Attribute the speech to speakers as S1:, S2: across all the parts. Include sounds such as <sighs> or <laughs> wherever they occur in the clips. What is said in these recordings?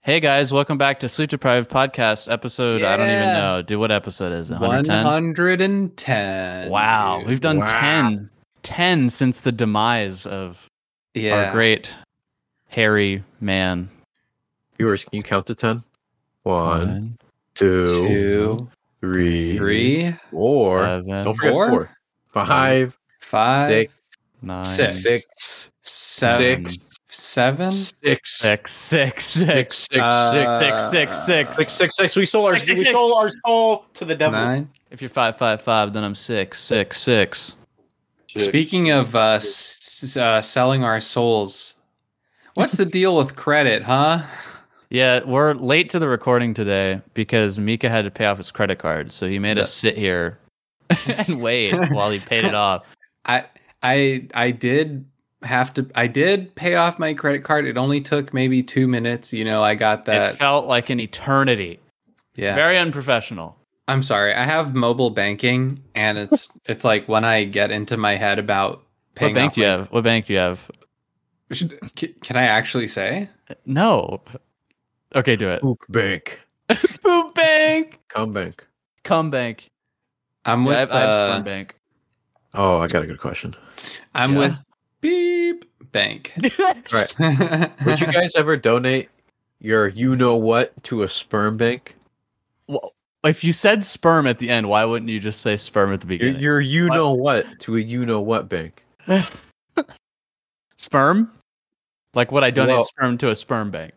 S1: Hey guys, welcome back to Sleep Deprived Podcast episode. I don't even
S2: Yeah.
S1: know. Dude, what episode is it? 110?
S2: 110.
S1: Wow.
S2: dude.
S1: We've done
S2: Wow.
S1: ten, ten 10. 10 since the demise of
S2: Yeah.
S1: our great hairy man.
S3: Viewers, can you count to ten? One,
S1: One,
S3: two,
S2: Two,
S3: three,
S2: three,
S3: four.
S1: seven,
S3: Don't forget
S2: four,
S3: four. Five,
S2: five,
S3: six,
S1: nine,
S2: six,
S1: six,
S3: six,
S2: seven,
S3: six,
S2: seven,
S3: six,
S1: six, six,
S3: six,
S1: six,
S3: six,
S2: uh,
S3: six,
S1: six, six, six.
S3: six, six, six. We sold our
S1: Six, six,
S3: we
S1: six.
S3: sold our soul to the devil.
S2: nine.
S1: If you're five, five, five, then I'm six, six, six.
S3: Six.
S2: Speaking of uh, s- uh, selling our souls, what's the deal with credit, huh?
S1: Yeah, we're late to the recording today because Mika had to pay off his credit card, so he made us sit here <laughs> and wait while he paid
S2: <laughs>
S1: it off.
S2: I I I did have to I did pay off my credit card. It only took maybe 2 minutes, you know, I got
S1: it
S2: that.
S1: felt like an eternity.
S2: Yeah.
S1: Very unprofessional.
S2: I'm sorry. I have mobile banking, and it's it's like when I get into my head about paying.
S1: what bank
S2: off
S1: do you
S2: my-
S1: have? What bank do you have?
S2: Should- c- Can I actually say?
S1: No. Okay, do
S3: <laughs>
S1: it.
S3: poop bank,
S1: Boop bank.
S3: come bank.
S1: Come bank.
S2: I'm
S1: Yeah,
S2: with
S1: I have, I have
S2: uh,
S1: Sperm Bank.
S3: Oh, I got a good question.
S2: I'm
S1: yeah.
S2: with beep bank.
S3: All right.
S2: <laughs>
S3: Would you guys ever donate your you know what to a sperm bank?
S1: Well, if you said sperm at the end, why wouldn't you just say sperm at the
S3: Your,
S1: beginning?
S3: your you
S1: What?
S3: know what to a you know what bank?
S1: sperm? Like would I donate
S3: Well-
S1: sperm to a sperm bank?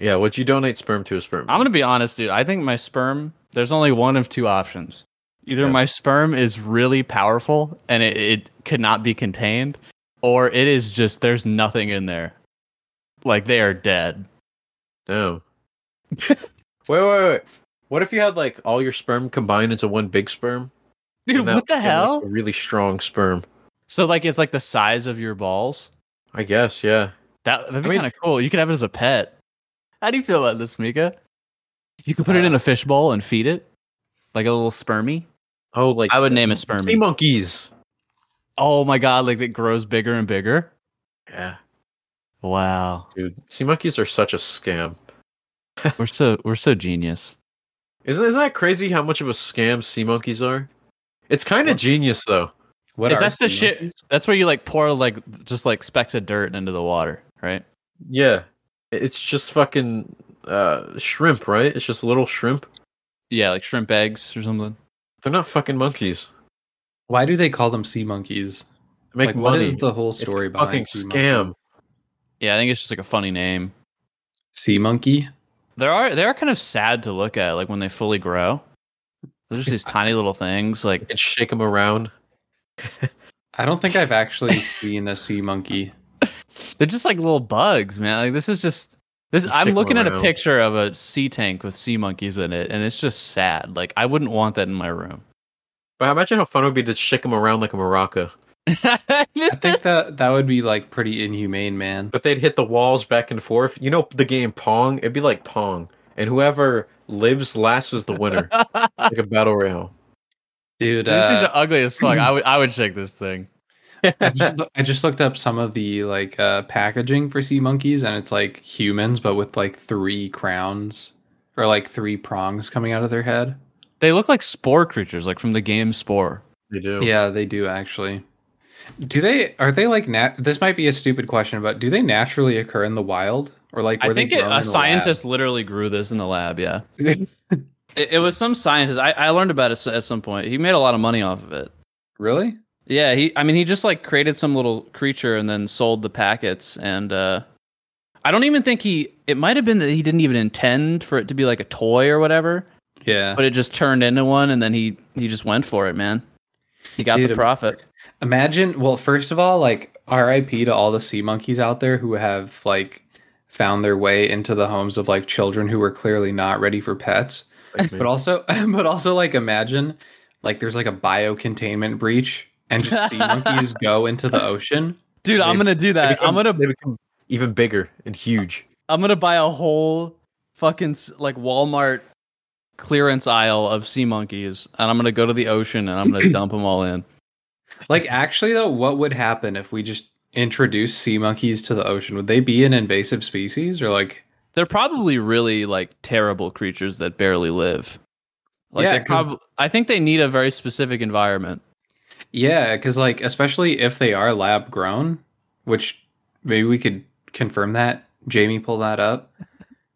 S3: Yeah, would you donate sperm to a sperm?
S1: I'm
S3: bank?
S1: gonna be honest, dude. I think my sperm. There's only one of two options. Either
S3: Yeah.
S1: my sperm is really powerful and it, it could not be contained, or it is just there's nothing in there. Like they are dead.
S2: Oh.
S3: No. <laughs> wait, wait, wait. What if you had like all your sperm combined into one big sperm?
S1: Dude,
S3: And that
S1: what the
S3: became, like,
S1: hell?
S3: a really strong sperm.
S1: So like it's like the size of your balls.
S3: I guess, yeah.
S1: That that'd be
S3: I mean-
S1: kind of cool. You could have it as a pet. How do you feel about this, Mika? Uh, You could put it in a fishbowl and feed it, like a little spermy.
S3: Oh, like
S1: I would name it
S3: sea
S1: spermy.
S3: monkeys.
S1: Oh my god! Like it grows bigger and bigger.
S3: Yeah,
S1: <laughs> Wow.
S3: dude. Sea monkeys are such a scam.
S1: We're so we're so genius.
S3: Isn't isn't that crazy how much of a scam sea monkeys are? It's kind of genius though.
S2: What
S1: Is
S2: are
S1: that the
S2: sea
S1: shit-
S2: monkeys?
S1: That's where you like pour like just like specks of dirt into the water, right?
S3: Yeah. It- It's just fucking uh shrimp, right? It's just little shrimp.
S1: Yeah, like shrimp eggs or something.
S3: They're not fucking monkeys.
S2: Why do they call them sea monkeys?
S3: They make
S2: like,
S3: money.
S2: what is the whole
S3: It's a
S2: story behind
S3: fucking
S2: sea
S3: scam.
S2: monkeys?
S1: Yeah, I think it's just like a funny name.
S2: Sea monkey.
S1: There are they are kind of sad to look at, like when they fully grow. They're just these tiny little things.
S3: You
S1: Like
S3: can shake them around.
S2: I don't think
S1: <laughs>
S2: I've actually seen a sea monkey.
S1: they're just like little bugs, man. Like this is just this.
S3: You
S1: I'm
S3: shake 'em
S1: looking at a
S3: around.
S1: picture of a sea tank with sea monkeys in it, and it's just sad. Like I wouldn't want that in my room. <laughs>
S3: But imagine how fun it would be to shake them around like a maraca.
S2: I think that that would be like pretty inhumane, man.
S3: But they'd hit the walls back and forth. You know the game Pong? It'd be like Pong. And whoever lives last is the winner. like a battle royale.
S2: Dude,
S1: These
S2: uh,
S1: things are ugly as fuck. I would I would shake this thing.
S2: I just, I just looked up some of the like uh, packaging for sea monkeys, and it's like humans, but with like three crowns or like three prongs coming out of their head.
S1: They look like spore creatures, like from the game Spore.
S3: They do.
S2: Yeah, they do actually. Do they? Are they like? Nat- this might be a stupid question, but do they naturally occur in the wild, or like?
S1: I
S2: were they
S1: think it,
S2: grown in
S1: a
S2: the
S1: scientist literally grew this in the lab.
S2: <laughs>
S1: Yeah,
S2: lab?
S1: it, it was some scientist. I, I learned about it s- at some point. He made a lot of money off of it.
S2: really?
S1: Yeah, he. I mean, he just like created some little creature and then sold the packets. And uh, I don't even think he. It might have been that he didn't even intend for it to be like a toy or whatever,
S2: Yeah.
S1: but it just turned into one, and then he he just went for it, man. He got
S2: Dude,
S1: the
S2: I'm-
S1: profit.
S2: Imagine, well, first of all, like RIP to all the sea monkeys out there who have like found their way into the homes of like children who were clearly not ready for pets.
S3: Like me.
S2: But also, <laughs> but also, like imagine, like there's like a bio containment breach, and
S1: <laughs>
S2: just sea monkeys go into the ocean.
S1: Dude,
S3: I'm
S1: gonna do
S3: They become- they become even bigger and huge.
S1: I'm gonna buy a whole fucking s- like Walmart clearance aisle of sea monkeys, and I'm gonna go to the ocean and I'm gonna dump them all in.
S2: Like actually, though, what would happen if we just introduced sea monkeys to the ocean? Would they be an invasive species, or like
S1: They're probably really like terrible creatures that barely live. Like
S2: Yeah,
S1: they're
S2: 'cause-
S1: prob- I think they need a very specific environment.
S2: Yeah, because like especially if they are lab grown, which maybe we could confirm that. Jamie, pull that up.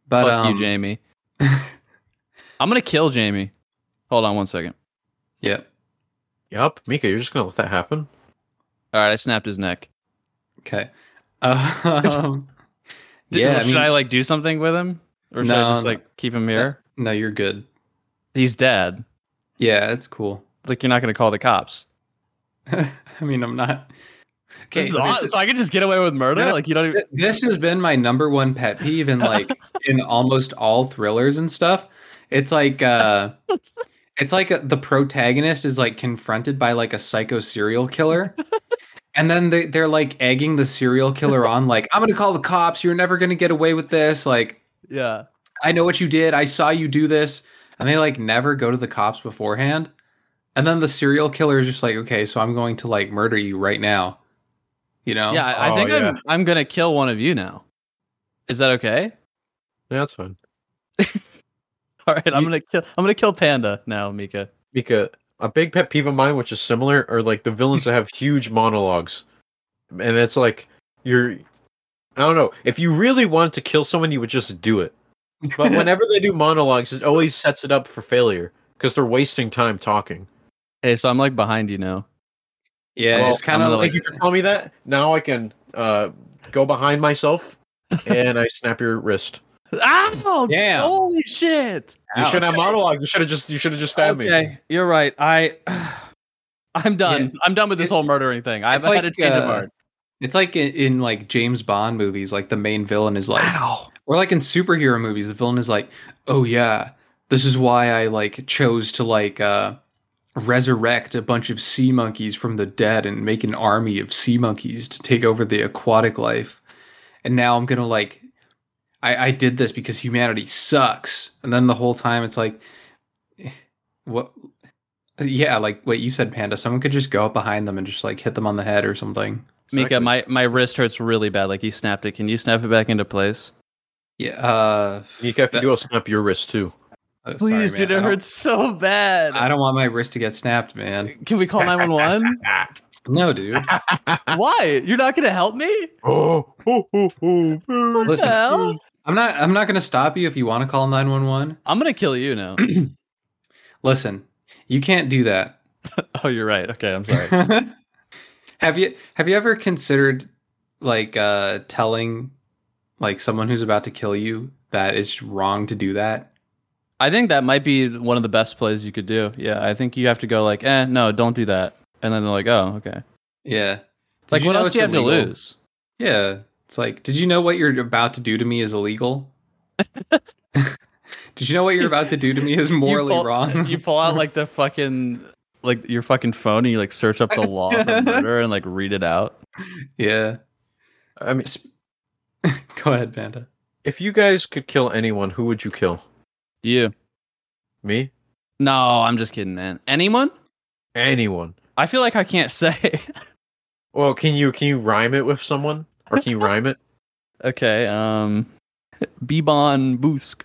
S2: But
S1: Fuck
S2: um,
S1: you, <laughs> Jamie. I'm gonna kill Jamie. Hold on one second.
S2: Yep.
S3: Yup, Mika, you're just gonna let that happen?
S1: All right, I snapped his neck. <laughs>
S2: Okay. Um,
S1: Did,
S2: yeah. I
S1: should
S2: mean,
S1: I like do something with him, or should I
S2: No,
S1: just
S2: no.
S1: like keep him here?
S2: no, you're good.
S1: He's dead.
S2: Yeah, it's cool.
S1: Like you're not gonna call the cops.
S2: I mean, I'm not. Okay.
S1: this is
S2: this
S1: awesome.
S2: is-
S1: So I could just get away with murder.
S2: No,
S1: like you don't. Even,
S2: this has been my number one pet peeve
S1: <laughs>
S2: in like in almost all thrillers and stuff it's like
S1: <laughs>
S2: uh it's like uh the protagonist is like confronted by like a psycho serial killer and then they, they're like egging the serial killer on like i'm gonna call the cops you're never gonna get away with this like
S1: yeah.
S2: i know what you did i saw you do this and they like never go to the cops beforehand and then the serial killer is just like okay so i'm going to like murder you right now you know
S1: Yeah, I, I
S3: Oh,
S1: think I'm
S3: yeah.
S1: I'm gonna kill one of you now. Is that okay?
S3: Yeah, that's fine.
S1: All right, I'm
S3: You-
S1: gonna kill I'm gonna kill Panda now, Mika.
S3: Mika, a big pet peeve of mine, which is similar, are like the villains that have huge monologues. And it's like you're I don't know. If you really wanted to kill someone, you would just do it. But whenever they do monologues, it always sets it up for failure because they're wasting time talking.
S1: Hey, so I'm like behind you now.
S2: Yeah,
S3: Well,
S2: it's kind
S1: I'm
S2: of
S1: gonna,
S2: like
S3: Thank you for telling me that. Now I can uh, go behind myself and I snap your wrist.
S1: Ow!
S2: Damn.
S1: Holy shit!
S3: You
S2: Ouch.
S3: should have monologue. You should have just you should have just stabbed me.
S1: Okay, you're right. I I'm done. I'm done with this
S2: It-
S1: whole murdering thing. I've
S2: it's
S1: had a
S2: like,
S1: change of
S2: uh,
S1: heart.
S2: <sighs> it's like in, in like James Bond movies, like the main villain is like,
S1: Wow.
S2: or like in superhero movies, the villain is like, oh yeah, this is why I like chose to like uh, resurrect a bunch of sea monkeys from the dead and make an army of sea monkeys to take over the aquatic life, and now I'm gonna like, I, I did this because humanity sucks, and then the whole time it's like, <sighs> what? Yeah, like what you said, Panda. Someone could just go up behind them and just like hit them on the head or something.
S1: Mika,
S3: Exactly.
S1: my, my wrist hurts really bad. Like you snapped it. Can you snap it back into place?
S2: Yeah. Uh,
S3: Mika, if you
S2: that-
S3: do, I'll snap your wrist too.
S2: oh, sorry,
S1: Please,
S2: man.
S1: dude,
S2: I
S1: it
S2: don't-
S1: hurts so bad.
S2: I don't want my wrist to get snapped, man.
S1: Can we call
S2: <laughs>
S1: 911?
S2: No, dude.
S1: <laughs> Why? You're not gonna help me?
S3: Oh, oh, oh, oh, man.
S2: Listen,
S1: hell?
S2: I'm not. I'm not gonna stop you if you want to call 911.
S1: I'm gonna kill you
S2: <clears throat>
S1: now.
S2: Listen, you can't do that.
S1: oh, you're right. Okay, I'm sorry.
S2: <laughs> have you Have you ever considered like uh telling like someone who's about to kill you that it's wrong to do that?
S1: I think that might be one of the best plays you could do. Yeah, I think you have to go like, eh, no, don't do that, and then they're like, oh, okay.
S2: Yeah. Did
S1: Like,
S2: you
S1: what
S2: know
S1: else
S2: it's
S1: do you have to
S2: illegal?
S1: lose?
S2: Yeah. It's like, did you know what you're about to do to me
S1: <laughs>
S2: is illegal? did you know what you're about to do to me is morally
S1: pull, <laughs>
S2: wrong?
S1: you pull out like the fucking like your fucking phone and you like search up the law for murder and like read it out.
S2: <laughs> yeah.
S3: I mean,
S2: <laughs> Go ahead, Panda.
S3: if you guys could kill anyone, who would you kill?
S1: You?
S3: Me?
S1: No, I'm just kidding, man. Anyone?
S3: Anyone?
S1: I feel like I can't <laughs> say.
S3: Well, can you can you rhyme it with someone, or
S1: <laughs>
S3: can you rhyme it?
S1: okay. Um, Bebon Boosk.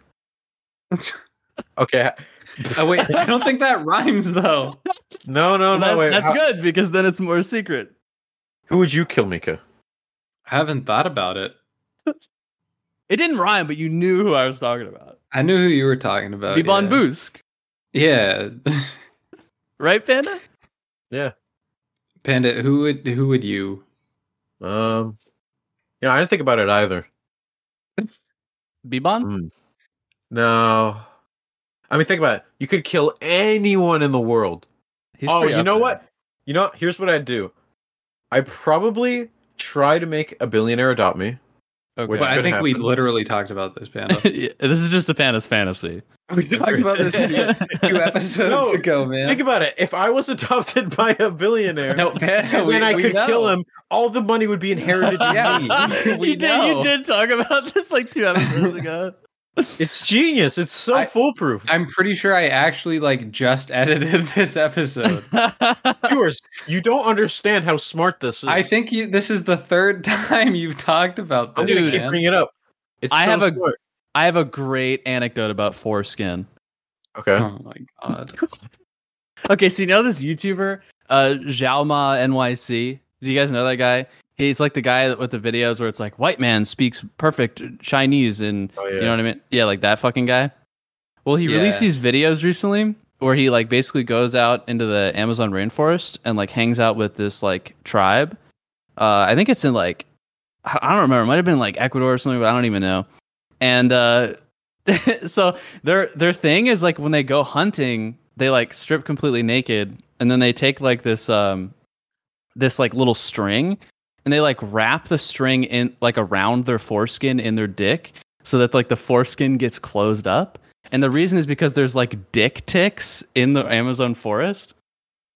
S3: Okay,
S2: Oh wait, <laughs> I don't think that rhymes though.
S3: no, no, Oh, no.
S1: That-
S3: wait,
S1: that's
S3: how-
S1: good because then it's more secret.
S3: Who would you kill, Mika?
S2: I haven't thought about it.
S1: It didn't rhyme, but you knew who I was talking about.
S2: I knew who you were talking about.
S1: Bebon
S2: Oh, yeah.
S1: Boosk,
S2: Yeah. <laughs>
S1: right, Panda?
S2: Panda, who would who would you?
S3: Um, yeah, I didn't think about it either.
S1: Bebon.
S3: No, I mean, think about it. You could kill anyone in the world.
S1: He's
S3: oh,
S1: pretty
S3: you
S1: up
S3: know
S1: there.
S3: what? You know, here's what I'd do. I probably try to make a billionaire adopt me. Which
S1: <laughs>
S2: Well, I
S3: could
S2: think we
S3: happen.
S2: literally talked about this, Panda.
S1: Yeah, this is just a fantasy
S3: <laughs>
S1: fantasy.
S2: <laughs> we talked about this two, two episodes
S3: No,
S2: ago, man.
S3: Think about it. If I was <laughs> adopted by a billionaire,
S2: no, Panda,
S3: <laughs> and
S2: we,
S3: then I
S2: we
S3: could
S2: know.
S3: kill him, all the money would be inherited to
S2: <laughs> Yeah.
S3: me.
S1: <laughs>
S2: We
S1: you did.
S2: know.
S1: You did talk about this like two episodes <laughs> ago.
S3: It's genius. It's so
S2: I-
S3: foolproof.
S2: I'm pretty sure I actually like just edited <laughs> this episode.
S3: Viewers, you don't understand how smart this is.
S2: I think you. This is the third <laughs> time you've talked about this.
S3: I'm gonna keep
S2: man.
S3: bringing it up. It's
S1: I
S3: so
S1: have a-
S3: smart.
S1: I have a great anecdote about foreskin.
S3: Okay.
S2: Oh my god.
S3: <laughs>
S1: Okay, so you know this YouTuber, uh, Xiaoma NYC. Do you guys know that guy? He's like the guy with the videos where it's like white man speaks perfect Chinese and
S3: Oh,
S1: you know what I mean? Yeah, like that fucking guy. Well, he released
S2: Yeah.
S1: these videos recently where he like basically goes out into the Amazon rainforest and like hangs out with this like tribe. Uh, I think it's in like I I don't remember. It might have been like Ecuador or something, but I don't even know. And uh, <laughs> so their their thing is like when they go hunting, they like strip completely naked, and then they take like this um this like little string, and they like wrap the string in like around their foreskin in their dick, so that like the foreskin gets closed up. And the reason is because there's like dick ticks in the Amazon forest.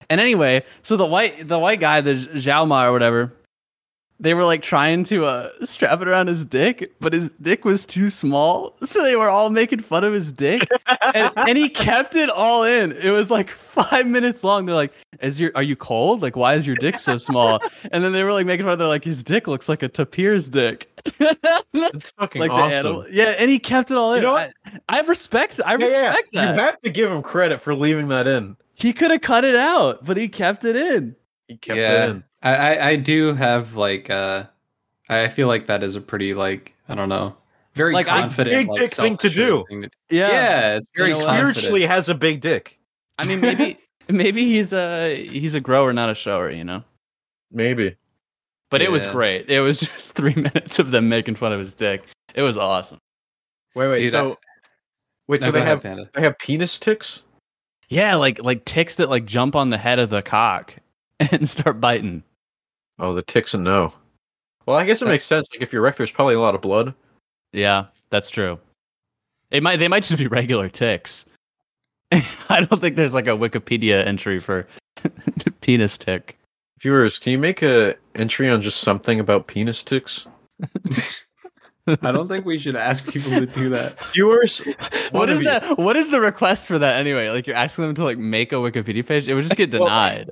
S1: And anyway, so the white the white guy, the Xiaoma or whatever, they were like trying to uh, strap it around his dick, but his dick was too small, so they were all making fun of his dick, and, and he kept it all in. It was like five minutes long. They're like, "Is your are you cold? Like, why is your dick so small?" And then they were like making fun. of They're like, "His dick looks like a tapir's dick." <laughs>
S3: That's fucking
S1: like
S3: awesome.
S1: the animal. Yeah, and he kept it all in.
S3: You know what?
S1: I, I respect. I
S3: Yeah, yeah.
S1: respect that.
S3: You have to give him credit for leaving that in.
S1: he could have cut it out, but he kept it in.
S3: He kept
S2: yeah,
S3: it in.
S2: I, I I do have like uh, I feel like that is a pretty like I don't know, very
S1: Like, I-
S2: confident
S3: big
S2: like,
S3: dick thing to
S2: self-assured
S3: do.
S2: thing to-
S1: Yeah.
S2: Yeah. it's very
S1: You know what?
S2: confident.
S3: Spiritually has a big dick.
S1: I mean, <laughs> maybe maybe he's a he's a grower, not a shower. You know.
S3: Maybe.
S1: But it was
S2: Yeah.
S1: great. It was <laughs> just three minutes of them making fun of his dick. It was awesome.
S3: Wait, wait.
S2: Dude,
S3: so wait,
S2: No,
S3: so
S2: go
S3: they
S2: ahead,
S3: have
S2: Panda.
S3: they have penis ticks?
S1: Yeah, like like ticks that like jump on the head of the cock <laughs> and start biting.
S3: Oh, the ticks and no. Well, I guess
S2: Uh,
S3: it makes sense. Like if you're wrecked, there's probably a lot of blood.
S1: Yeah, that's true. It might they might just be regular ticks. <laughs> I don't think there's like a Wikipedia entry for <laughs> penis tick.
S3: Viewers, can you make a entry on just something about penis ticks?
S2: I don't think we should ask people to do that.
S3: Viewers,
S1: What
S3: Wanna
S1: is
S3: be-
S1: that? What is the request for that anyway? Like you're asking them to like make a Wikipedia page? It would just get
S3: Well,
S1: denied.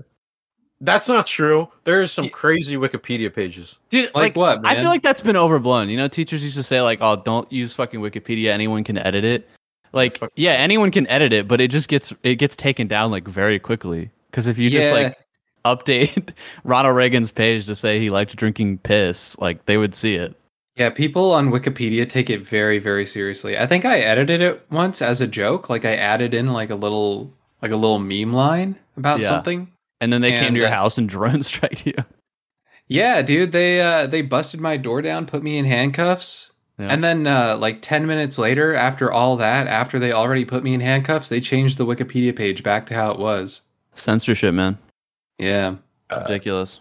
S3: that's not true. There's some
S1: Y-
S3: crazy Wikipedia pages.
S1: Dude,
S2: <laughs> Like, what? Man?
S1: I feel like that's been overblown. You know, teachers used to say like, "Oh, don't use fucking Wikipedia. Anyone can edit it." Like,
S3: Fuck.
S1: yeah, anyone can edit it, but it just gets it gets taken down like very quickly because if you just like update <laughs> Ronald Reagan's page to say he liked drinking piss, like they would see it.
S2: Yeah, people on Wikipedia take it very, very seriously. I think I edited it once as a joke. Like I added in like a little like a little meme line about
S1: Yeah.
S2: something.
S1: And then they came
S2: And,
S1: to your
S2: uh,
S1: house and <laughs> drone striked you.
S2: Yeah, dude, they uh they busted my door down, put me in handcuffs.
S1: Yeah.
S2: And then uh like 10 minutes later after all that, after they already put me in handcuffs, they changed the Wikipedia page back to how it was.
S1: Censorship, man,
S2: Yeah.
S3: Uh,
S1: ridiculous.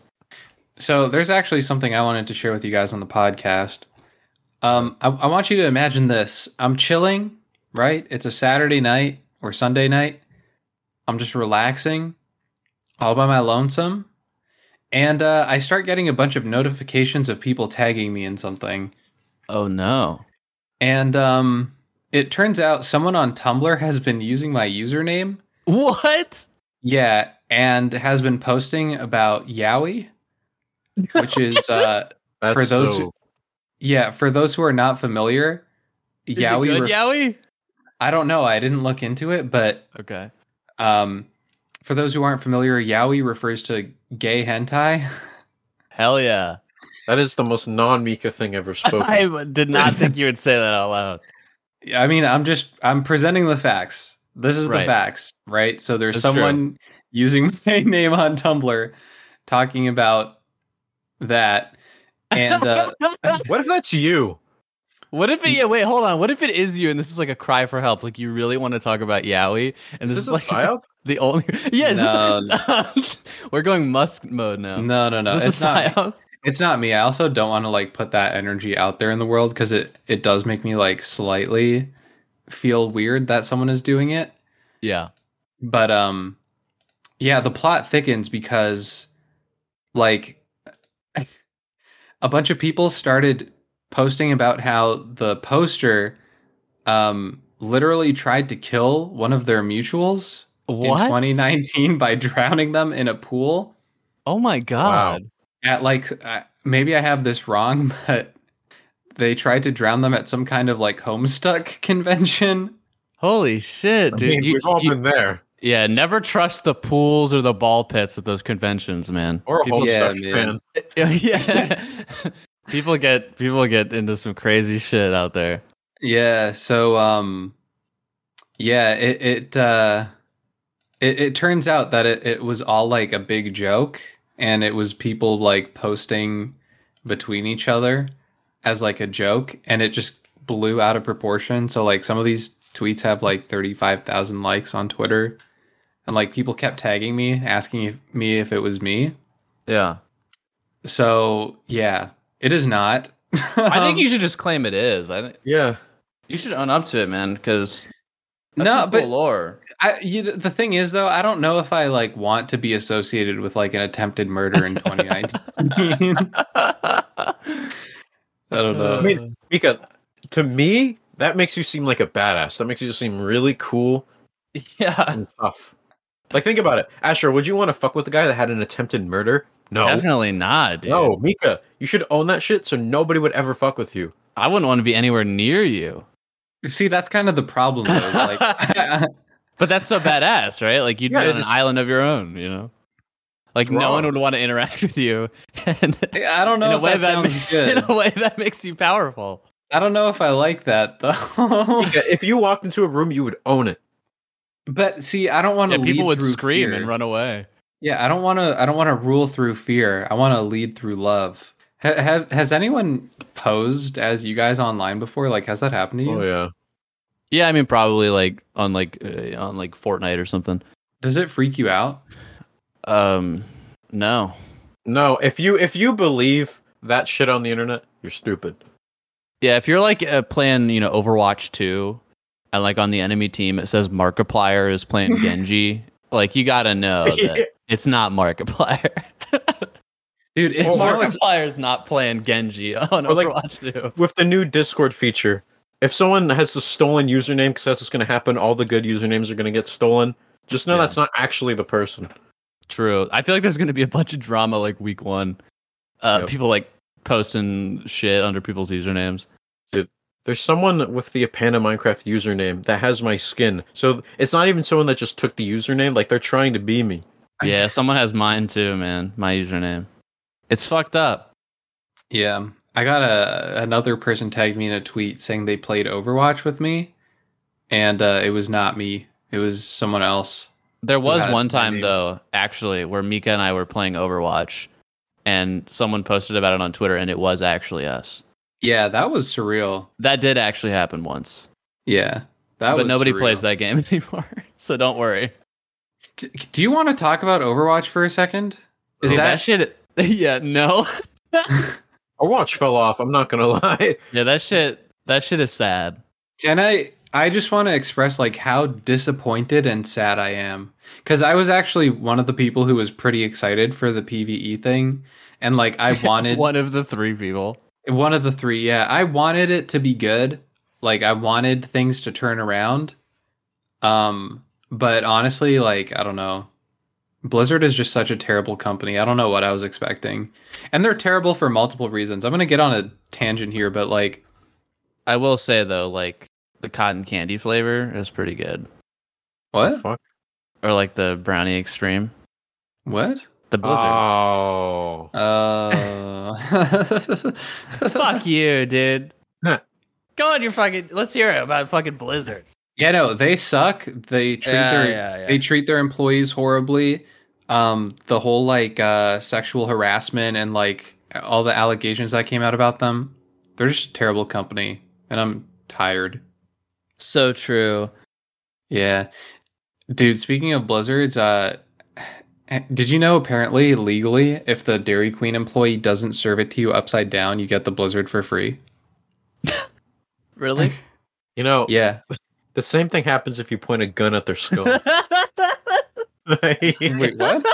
S2: So there's actually something I wanted to share with you guys on the podcast. Um, I, I want you to imagine this. I'm chilling, right? It's a Saturday night or Sunday night. I'm just relaxing, all by my lonesome, and uh, I start getting a bunch of notifications of people tagging me in something.
S1: Oh no,
S2: And um, it turns out someone on Tumblr has been using my username.
S1: what?
S2: Yeah, and has been posting
S1: <laughs>
S2: about Yowie, which is uh,
S3: That's
S2: for those
S3: so-
S2: Yeah, for those who are not familiar,
S1: Is it
S2: Yowie.
S1: good
S2: ref-
S1: Yowie.
S2: I don't know. I didn't look into it, but
S1: Okay.
S2: um, for those who aren't familiar, Yowie refers to gay hentai.
S1: Hell yeah.
S3: that is the most non-Mika thing ever
S1: <laughs>
S3: spoken.
S1: I did not think you would say that out <laughs> loud.
S2: I mean, I'm just I'm presenting the facts. This is
S1: Right.
S2: the facts, right? So there's
S1: That's
S2: someone using <laughs> my name on Tumblr talking about that, and
S1: <laughs>
S2: uh,
S3: what if that's you?
S1: What if it? Yeah, wait, hold on. What if it is you, and this is like a cry for help? Like you really want to talk about Yowie, and
S3: Is
S1: this,
S3: this,
S1: is like
S3: a psyop?
S1: <laughs> the only. Yeah, is <laughs>
S2: No,
S1: this... we're going Musk mode now.
S2: no, no, no,
S1: Is this
S2: it's not.
S1: a psyop?
S2: it's not me. I also don't want to like put that energy out there in the world because it it does make me like slightly feel weird that someone is doing it.
S1: Yeah,
S2: But um, yeah, the plot thickens because like <laughs> a bunch of people started posting about how the poster um literally tried to kill one of their mutuals
S1: what?
S2: in 2019 by drowning them in a pool
S1: Oh my god!
S2: at like uh, maybe I have this wrong, <laughs> but they tried to drown them at some kind of like homestuck convention.
S1: Holy shit, dude!
S3: I mean,
S1: You-
S3: we've all
S1: you-
S3: been there.
S1: yeah, never trust the pools or the ball pits at those conventions, man.
S3: Or a
S1: people,
S3: whole
S2: Yeah,
S3: stuff
S2: man.
S1: <laughs>
S3: fan. <laughs>
S1: yeah, <laughs> people get people get into some crazy shit out there.
S2: Yeah, so um yeah, it it uh it, it turns out that it, it was all like a big joke and it was people like posting between each other as like a joke and it just blew out of proportion. So like some of these tweets have like 35,000 likes on Twitter and like people kept tagging me asking if, me if it was me.
S1: Yeah,
S2: So, yeah, it is not. <laughs>
S1: I think you should just claim it is. I think
S3: Yeah.
S1: you should own up to it, man, because
S2: Um, No, but
S1: lore.
S3: <laughs>
S2: I, you, the thing is, though, I don't know if I like want to be associated with like an attempted murder
S1: <laughs>
S2: in 2019. I don't know.
S3: I mean, Mika, to me, that makes you seem like a badass. That makes you seem really cool
S1: yeah,
S3: and tough. Like, think about it. Asher, would you want to fuck with the guy that had an attempted murder? No.
S1: definitely not, dude.
S3: No, Mika, you should own that shit so nobody would ever fuck with you.
S1: I wouldn't want to be anywhere near you.
S2: Uh, See, that's kind of the problem. Though,
S1: <laughs>
S2: is, like, <laughs>
S1: But that's
S3: <laughs>
S1: so badass, right? Like you'd
S3: Yeah,
S1: be
S3: it
S1: on an
S3: is-
S1: island of your own, you know. Like no one
S3: Wrong.
S1: would want to interact <laughs> with you, and
S2: I don't know
S1: in a
S2: if
S1: way
S2: that,
S1: that, ma-
S2: sounds
S1: <laughs>
S2: good.
S1: in a way that makes you powerful.
S2: I don't know if I like that
S1: Oh.
S2: though. <laughs>
S3: Mika, if you walked into a room, you would own it.
S2: but see, I don't want to.
S1: Yeah, people would scream and run away.
S2: Yeah, I don't want to. I don't want to rule through fear. I want to lead through love. Ha- have, has anyone posed as you guys online before? Like, has that happened to you?
S3: Oh, yeah.
S1: Yeah, I mean probably like on like uh, on like Fortnite or something.
S2: Does it freak you out?
S1: Um, no,
S3: No, if you if you believe that shit on the internet,
S1: <laughs>
S3: you're stupid.
S1: yeah. If you're like uh, playing, you know, Overwatch two, and like on the enemy team it says Markiplier is playing Genji, like you gotta
S3: <laughs>
S1: know that it's not Markiplier.
S2: Dude, it, <laughs>
S3: Well,
S1: <laughs>
S2: you know, it's-
S1: Markiplier's not playing Genji <laughs> on
S3: Or, like-
S1: Overwatch 2.
S3: With the new Discord feature, if someone has a stolen username, because that's what's going to happen, all the good usernames are going to get stolen. Just know
S1: Yeah.
S3: that's not actually the person.
S1: True. I feel like there's going to be a bunch of drama like week one. Uh,
S3: Yep.
S1: People like posting shit under people's usernames.
S3: There's someone with the Apana Minecraft username that has my skin. So th- it's not even someone that just took the username. Like they're trying to be me.
S1: Yeah, someone has mine too, man. My username. It's fucked up.
S2: Yeah, I got a another person tagged me in a tweet saying they played Overwatch with me, and uh, it was not me. It was someone else.
S1: There was
S2: had
S1: one
S2: my
S1: time
S2: name?
S1: though, actually, where Mika and I were playing Overwatch, and someone posted about it on Twitter, and it was actually us.
S2: Yeah, that was surreal.
S1: That did actually happen once,
S2: Yeah, that.
S1: but
S2: was
S1: nobody
S2: surreal.
S1: plays that game <laughs> anymore. So don't worry.
S2: D- do you want to talk about Overwatch for a second? Is
S1: Dude,
S2: that
S1: shit? <laughs> Yeah, no.
S3: Our watch fell off. I'm not going to <laughs> lie.
S1: Yeah, that shit. That shit is sad.
S2: Can I? I just want to express like how disappointed and sad I am because I was actually one of the people who was pretty excited for the PVE thing, and like
S1: <laughs>
S2: I wanted
S1: One of the three people.
S2: One of the three, yeah. I wanted it to be good. Like I wanted things to turn around. Um, but honestly, like I don't know. Blizzard is just such a terrible company. I don't know what I was expecting. And they're terrible for multiple reasons. I'm going to get on a tangent here, but like
S1: I will say though, like the cotton candy flavor is pretty good,
S2: what?
S3: Fuck.
S1: or like the brownie extreme,
S2: What?
S1: the blizzard.
S3: Oh.
S2: <laughs> Uh
S1: Fuck you,
S2: <laughs>
S1: dude.
S3: Huh.
S1: Go on your fucking. Let's hear it about fucking blizzard.
S2: Yeah, no, they suck. They treat their they treat their employees horribly um the whole like uh sexual harassment and like all the allegations that came out about them they're just a terrible company and i'm tired
S1: so true.
S2: yeah dude speaking of blizzards uh <sighs> did you know apparently legally if the dairy queen employee doesn't serve it to you upside down you get the blizzard for free
S1: <laughs> Really?
S3: You know,
S2: yeah
S3: the same thing happens if you point a gun at their skull.
S1: <laughs>
S3: <laughs>
S2: wait what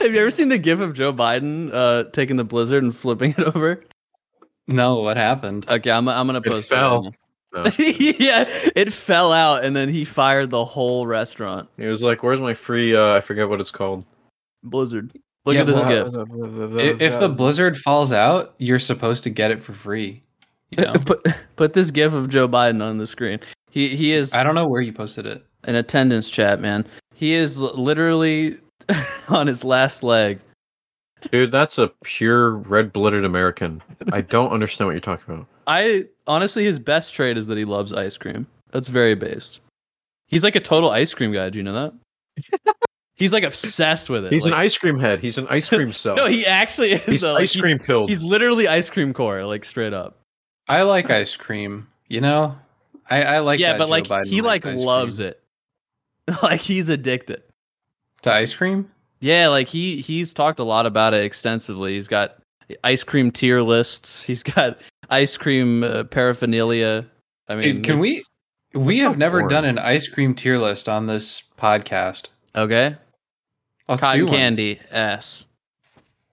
S1: Have you ever seen the gif of Joe Biden uh, taking the blizzard and flipping it over?
S2: <laughs> no what happened
S1: Okay, I'm, I'm gonna
S3: It
S1: post.
S3: fell.
S1: It
S3: No.
S1: right now. <laughs> yeah, it fell out, and then he fired the whole restaurant.
S3: He was like, "Where's my free? uh I forget what it's called."
S1: Blizzard. Look
S2: Yeah,
S1: at <laughs> this
S2: well,
S1: <laughs> gift.
S2: If, if the Blizzard falls out, you're supposed to get it for free.
S1: <laughs>
S2: You know?
S1: put put this gif of Joe Biden on the screen. He he is
S2: I don't know where you posted it.
S1: an attendance chat, man. He is l- literally <laughs> on his last leg.
S3: dude, that's a pure red-blooded American. I don't understand what you're
S1: <laughs>
S3: talking about.
S1: I honestly his best trait is that he loves ice cream. That's very based. He's like a total ice cream guy, do you know that? he's like obsessed with it.
S3: He's an
S1: like-
S3: ice cream head. He's an
S1: <laughs>
S3: ice cream cell.
S1: No, he actually is
S3: he's
S1: though. Like,
S3: ice
S1: he-
S3: cream pilled.
S1: he's literally ice cream core, like straight up.
S2: I like ice cream. You know, I, I like.
S1: yeah,
S2: that
S1: but
S2: Joe
S1: like
S2: Biden
S1: he like
S2: liked ice
S1: loves
S2: cream.
S1: it. <laughs> like he's addicted.
S2: to ice cream.
S1: Yeah, like he he's talked a lot about it extensively. He's got ice cream tier lists. He's got ice cream uh, paraphernalia. I mean,
S2: can we-
S1: it's-
S2: We
S3: That's
S2: have
S3: so
S2: never
S3: boring.
S2: done an ice cream tier list on this podcast.
S1: Okay,
S2: Let's do
S1: cotton
S2: one.
S1: candy s.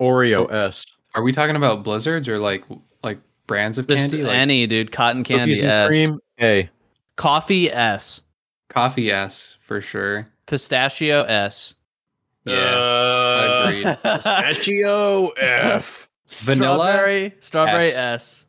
S3: Oreo S.
S2: Are we talking about blizzards or like like brands of
S1: Just
S2: candy? Like
S1: any dude, cotton candy
S3: Cookies and
S1: s.
S3: cream A.
S1: Coffee s.
S2: coffee, yes, for sure.
S1: Pistachio s.
S2: Yeah, agreed.
S3: <laughs> Pistachio F.
S2: Vanilla
S1: strawberry, strawberry
S2: S.
S1: s.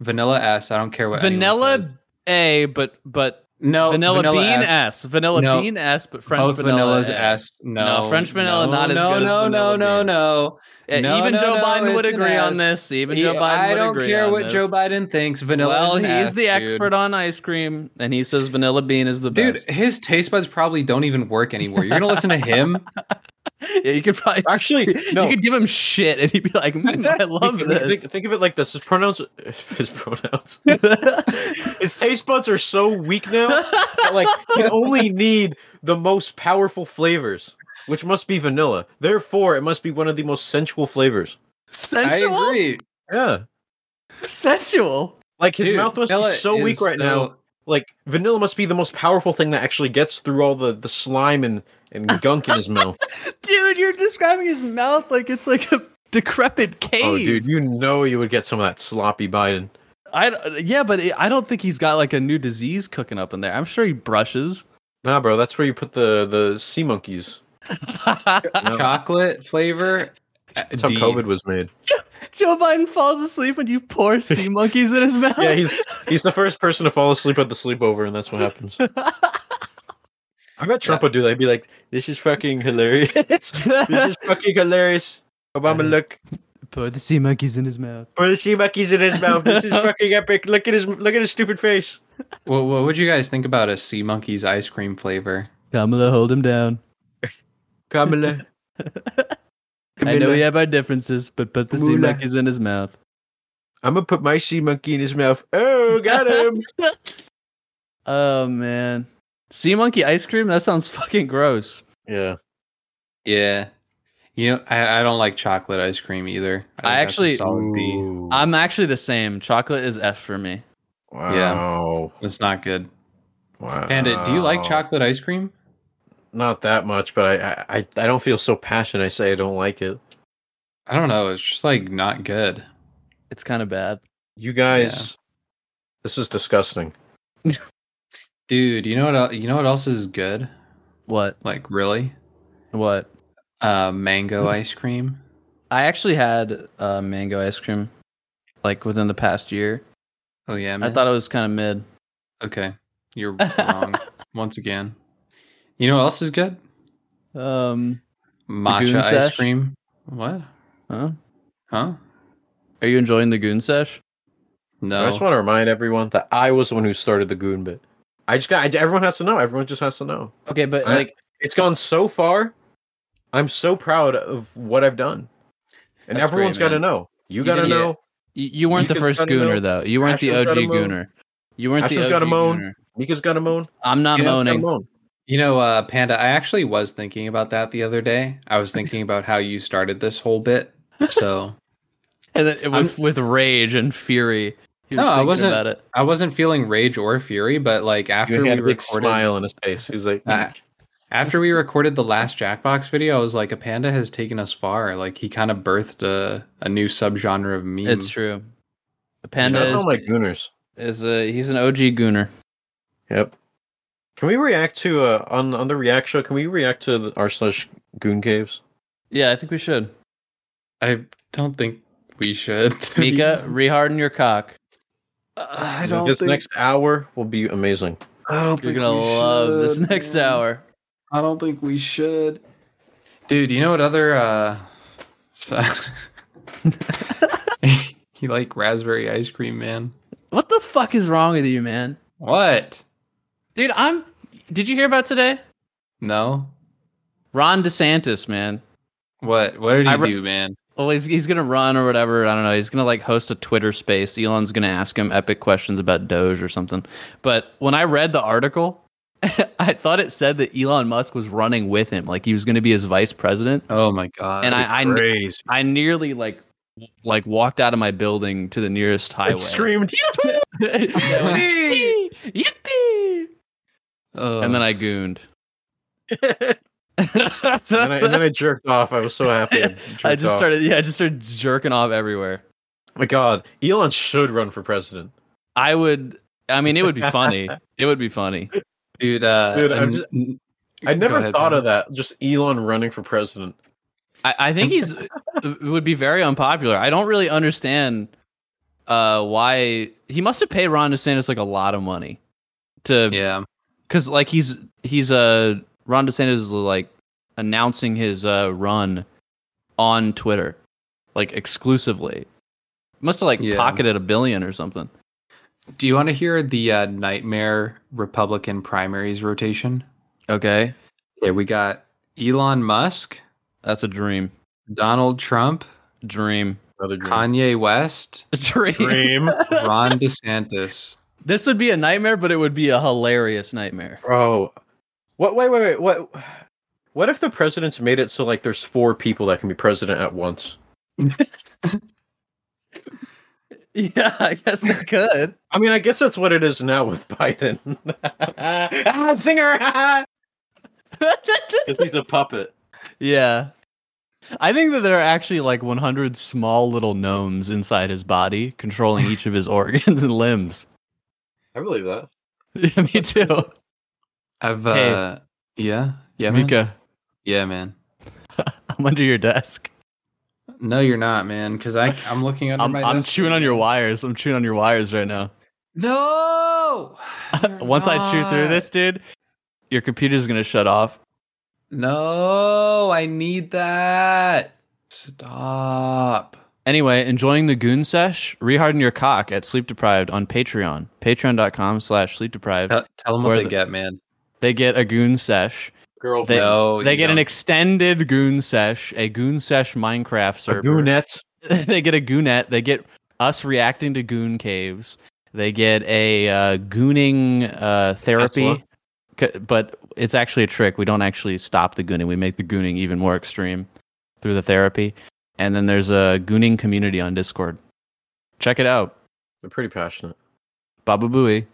S2: Vanilla S. I don't care what. anyone
S1: Vanilla
S2: says.
S1: a, but but
S2: No.
S1: vanilla, bean s.
S2: Oh, S.
S1: Vanilla
S2: No.
S1: bean s. But French
S2: Both
S1: vanilla
S2: vanilla's
S1: A.
S2: S. No.
S1: No, French vanilla
S2: no,
S1: not as
S2: no,
S1: good as
S2: No, no,
S1: vanilla
S2: no,
S1: bean.
S2: no,
S1: Yeah,
S2: No,
S1: even
S2: no,
S1: Joe
S2: no,
S1: Biden would
S2: it's an
S1: agree on
S2: S.
S1: this. Even
S2: He-
S1: Joe Biden
S2: I
S1: would
S2: don't
S1: agree
S2: care
S1: on
S2: what
S1: this.
S2: Joe Biden thinks. Vanilla
S1: well,
S2: is an
S1: he's
S2: S,
S1: the expert
S2: dude.
S1: on ice cream, and he says vanilla bean is the
S2: Dude,
S1: best. <laughs>
S2: his taste buds probably don't even work anymore. You're gonna listen
S1: <laughs>
S2: to him?
S1: yeah, you could probably <laughs>
S3: Actually, no.
S1: you could give him shit, and he'd be like, "Mm,
S2: <laughs>
S1: "I <laughs> love
S3: Think,
S1: this."
S3: think of it like this: his pronouns, <laughs> his
S1: <laughs>
S3: pronouns,
S2: <laughs>
S3: his taste buds are so weak now that like he only need the most powerful flavors, which must be vanilla. Therefore, it must be one of the most sensual flavors.
S1: sensual,
S2: I agree.
S3: Yeah,
S1: <laughs> sensual.
S3: like his
S2: Dude,
S3: mouth must be
S2: vanilla
S3: so
S2: is
S3: weak right
S2: so-
S3: now. Like vanilla must be the most powerful thing that actually gets through all the the slime and
S2: <laughs>
S3: and gunk in his mouth.
S1: Dude, you're describing his mouth like it's like a decrepit cave.
S3: Oh, dude, you know you would get some of that sloppy Biden.
S1: I d- yeah, but it- I don't think he's got like a new disease cooking up in there. I'm sure he brushes.
S3: Nah, bro, that's where you put the the sea monkeys. No.
S2: <laughs> Chocolate flavor. Uh,
S3: That's how
S2: D.
S3: COVID was made.
S1: <laughs> Joe Biden falls asleep and you pour <laughs> sea monkeys in his mouth.
S3: Yeah,
S1: <laughs>
S3: he's he's the first person to fall asleep at the sleepover, and that's what happens. <laughs> I bet Trump would do that. He'd be like, "This is fucking hilarious. this is fucking hilarious." Obama, look,
S1: <laughs> pour the sea monkeys in his mouth.
S3: put the sea monkeys in <laughs> his mouth. This is fucking epic. Look at his look at his stupid face.
S2: What, what would you guys think about a sea monkey's ice cream flavor?
S1: Kamala, hold him down.
S3: <laughs> Kamala.
S1: <laughs> I know
S3: Camilla,
S1: we have our differences, but put the sea
S3: Kamala.
S1: monkeys in his mouth.
S3: I'm gonna put my sea monkey in his mouth. Oh, <laughs> got him.
S1: Oh man, sea monkey ice cream. That sounds fucking gross.
S3: yeah,
S2: Yeah. You know, I, I don't like chocolate ice cream
S1: I
S2: either. think that's a
S1: actually-
S2: solid Oh, D.
S1: I'm actually the same. Chocolate is F for me.
S3: wow.
S2: It's not good.
S3: Wow.
S2: Panda, do you like chocolate ice cream?
S3: Not that much, but I, I I I don't feel so passionate. I say I don't like it.
S2: I don't know. It's just like not good.
S1: It's kind of bad.
S3: You guys, this is disgusting.
S2: Dude, you know what? el- You know what else is good?
S1: What?
S2: Like really?
S1: What?
S2: Uh,
S1: <laughs>
S2: mango ice cream.
S1: I actually had uh, mango ice cream, like within the past year.
S2: Oh yeah,
S1: I thought it was kind of mid.
S2: Okay,
S1: <laughs>
S2: you're wrong once again. You know what else is good?
S1: Um, Lagoon
S2: Matcha ice
S1: Sesh?
S2: cream. What?
S1: huh?
S2: Huh?
S1: Are you enjoying the goon sesh?
S2: No.
S3: I just want to remind everyone that I was the one who started the goon bit. I just got I, everyone has to know. Everyone just has to know.
S1: Okay, but
S3: I-
S1: like,
S3: It's gone so far. I'm so proud of what I've done, and
S2: That's
S3: everyone's
S2: great,
S3: got to
S2: man.
S3: know. You
S1: You
S3: got to
S1: did it.
S3: know.
S1: you, you weren't the
S3: Mika's
S1: first
S3: gotta know.
S1: gooner though. You weren't the
S3: Asher's
S1: OG
S3: gotta moan.
S1: gooner. You weren't
S3: Asher's
S1: the OG
S3: gotta moan.
S1: gooner.
S3: Nika's got to moan.
S1: I'm not
S2: You know,
S3: Gotta
S1: moaning.
S3: moan.
S2: You know, uh, Panda, I actually was thinking about that the other day. I was thinking about how you started this whole bit.
S1: <laughs>
S2: So
S1: And then with, with rage and fury, he was
S2: No, I
S1: thinking
S2: wasn't-
S1: about it.
S2: I wasn't feeling rage or fury, but like after
S3: He
S2: we
S3: had a big
S2: recorded
S3: smile on his face. He was like, "Mmm,
S2: Ah. after we recorded the last Jackbox video, I was like, a panda has taken us far. Like he kind of birthed a, a new subgenre of meme.
S1: It's true. The panda
S3: "That's all
S1: is,
S3: my gooners."
S1: is a he's an OG gooner.
S3: Yep. Can we react to uh on on the react show? Can we react to the r slash goon caves?
S1: Yeah, I think we should.
S2: I don't think we should. <laughs>
S1: Mika, reharden your cock.
S2: uh, I
S3: this next hour will be amazing.
S2: I don't
S1: You're gonna love this next hour.
S2: I don't think we should. Dude, you know what other uh <laughs> you like raspberry ice cream, man?
S1: What the fuck is wrong with you, man?
S2: What?
S1: Dude, I'm. Did you hear about today?
S2: No?
S1: Ron DeSantis, man.
S2: What? What did he
S1: I re-
S2: do, man?
S1: Well, he's, he's gonna run or whatever. I don't know. He's gonna like host a Twitter space. Elon's gonna ask him epic questions about Doge or something. But when I read the article, <laughs> I thought it said that Elon Musk was running with him, like he was gonna be his vice president.
S2: Oh my god.
S1: And I, I, ne-
S3: Crazy.
S1: I nearly like like walked out of my building to the nearest highway. <laughs>
S2: <laughs>
S3: It screamed. "Yippee!"
S1: Yeah, I went,
S3: <laughs> Yippee!
S1: Yippee!
S2: Ugh.
S1: And then I gooned.
S3: and, I, and
S1: <laughs>
S3: then I jerked off. I was <laughs> so happy. I, jerked
S1: I just
S3: off.
S1: started, yeah, I just started jerking off everywhere.
S3: My God, Elon should run for president.
S1: I would, I mean, it would be
S3: <laughs>
S1: funny. it would be funny.
S2: dude uh
S3: Dude, I'm
S2: and-
S3: just- I never
S2: Go ahead,
S3: thought
S2: man.
S3: of that. Just Elon running for president.
S1: I, I think he's would be very unpopular. I don't really understand uh, why he must have paid Ron DeSantis like a lot of money to
S2: Yeah.
S1: because like he's he's uh Ron DeSantis is like announcing his uh run on Twitter, like exclusively. Must have like
S2: Yeah.
S1: pocketed a billion or something.
S2: Do you want to hear the uh, nightmare Republican primaries rotation?
S1: Okay,
S2: Yeah, we got Elon Musk,
S1: that's a dream.
S2: Donald Trump,
S1: Dream. <laughs>
S3: Another dream.
S2: Kanye West,
S1: dream.
S3: <laughs> Dream.
S2: Ron DeSantis.
S1: This would be a nightmare, but it would be a hilarious nightmare.
S3: Bro, what? Wait, wait, wait. What? What if the presidents made it so like there's four people that can be president at once?
S1: <laughs> Yeah, I guess they could.
S3: I mean, I guess that's what it is now with <laughs> Biden. ah, singer, because he's a puppet.
S1: <laughs> yeah. I think that there are actually like 100 small little gnomes inside his body controlling each of his <laughs> organs and limbs. <laughs>
S3: I believe that.
S1: Yeah, me too.
S2: I've
S1: Hey.
S2: uh, yeah, yeah, man.
S1: Mika,
S2: yeah, man.
S1: <laughs> I'm under your desk.
S2: No, you're not, man.
S1: <laughs>
S2: Because I I'm looking under
S1: I'm,
S2: my.
S1: I'm
S2: desk.
S1: chewing on your wires. I'm chewing on your wires right now.
S2: No. <laughs> you're
S1: <laughs> Once I chew through
S2: not.
S1: this, dude, your computer's going to shut off.
S2: No, I need that. Stop.
S1: Anyway, enjoying the goon sesh? Reharden your cock at Sleep Deprived on Patreon. Patreon.com slash Sleep Deprived.
S2: Tell, tell them
S1: Or
S2: what they
S1: the-
S2: get, man.
S1: They get a goon sesh.
S3: Girl,
S1: They-
S2: no,
S1: they
S2: you
S1: get an
S2: don't.
S1: extended goon sesh, a goon sesh Minecraft server.
S3: brunette.
S1: <laughs> they get a goonette. They get us reacting to goon caves. They get a uh, gooning uh, therapy, C- but it's actually a trick. We don't actually stop the gooning. We make the gooning even more extreme through the therapy. And then there's a gooning community on Discord. Check it out.
S3: They're pretty passionate.
S1: Baba Booey.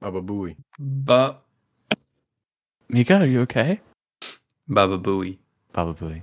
S3: Baba Booey.
S2: Ba-
S1: Mika, are you okay?
S2: Baba Booey.
S1: Baba Booey.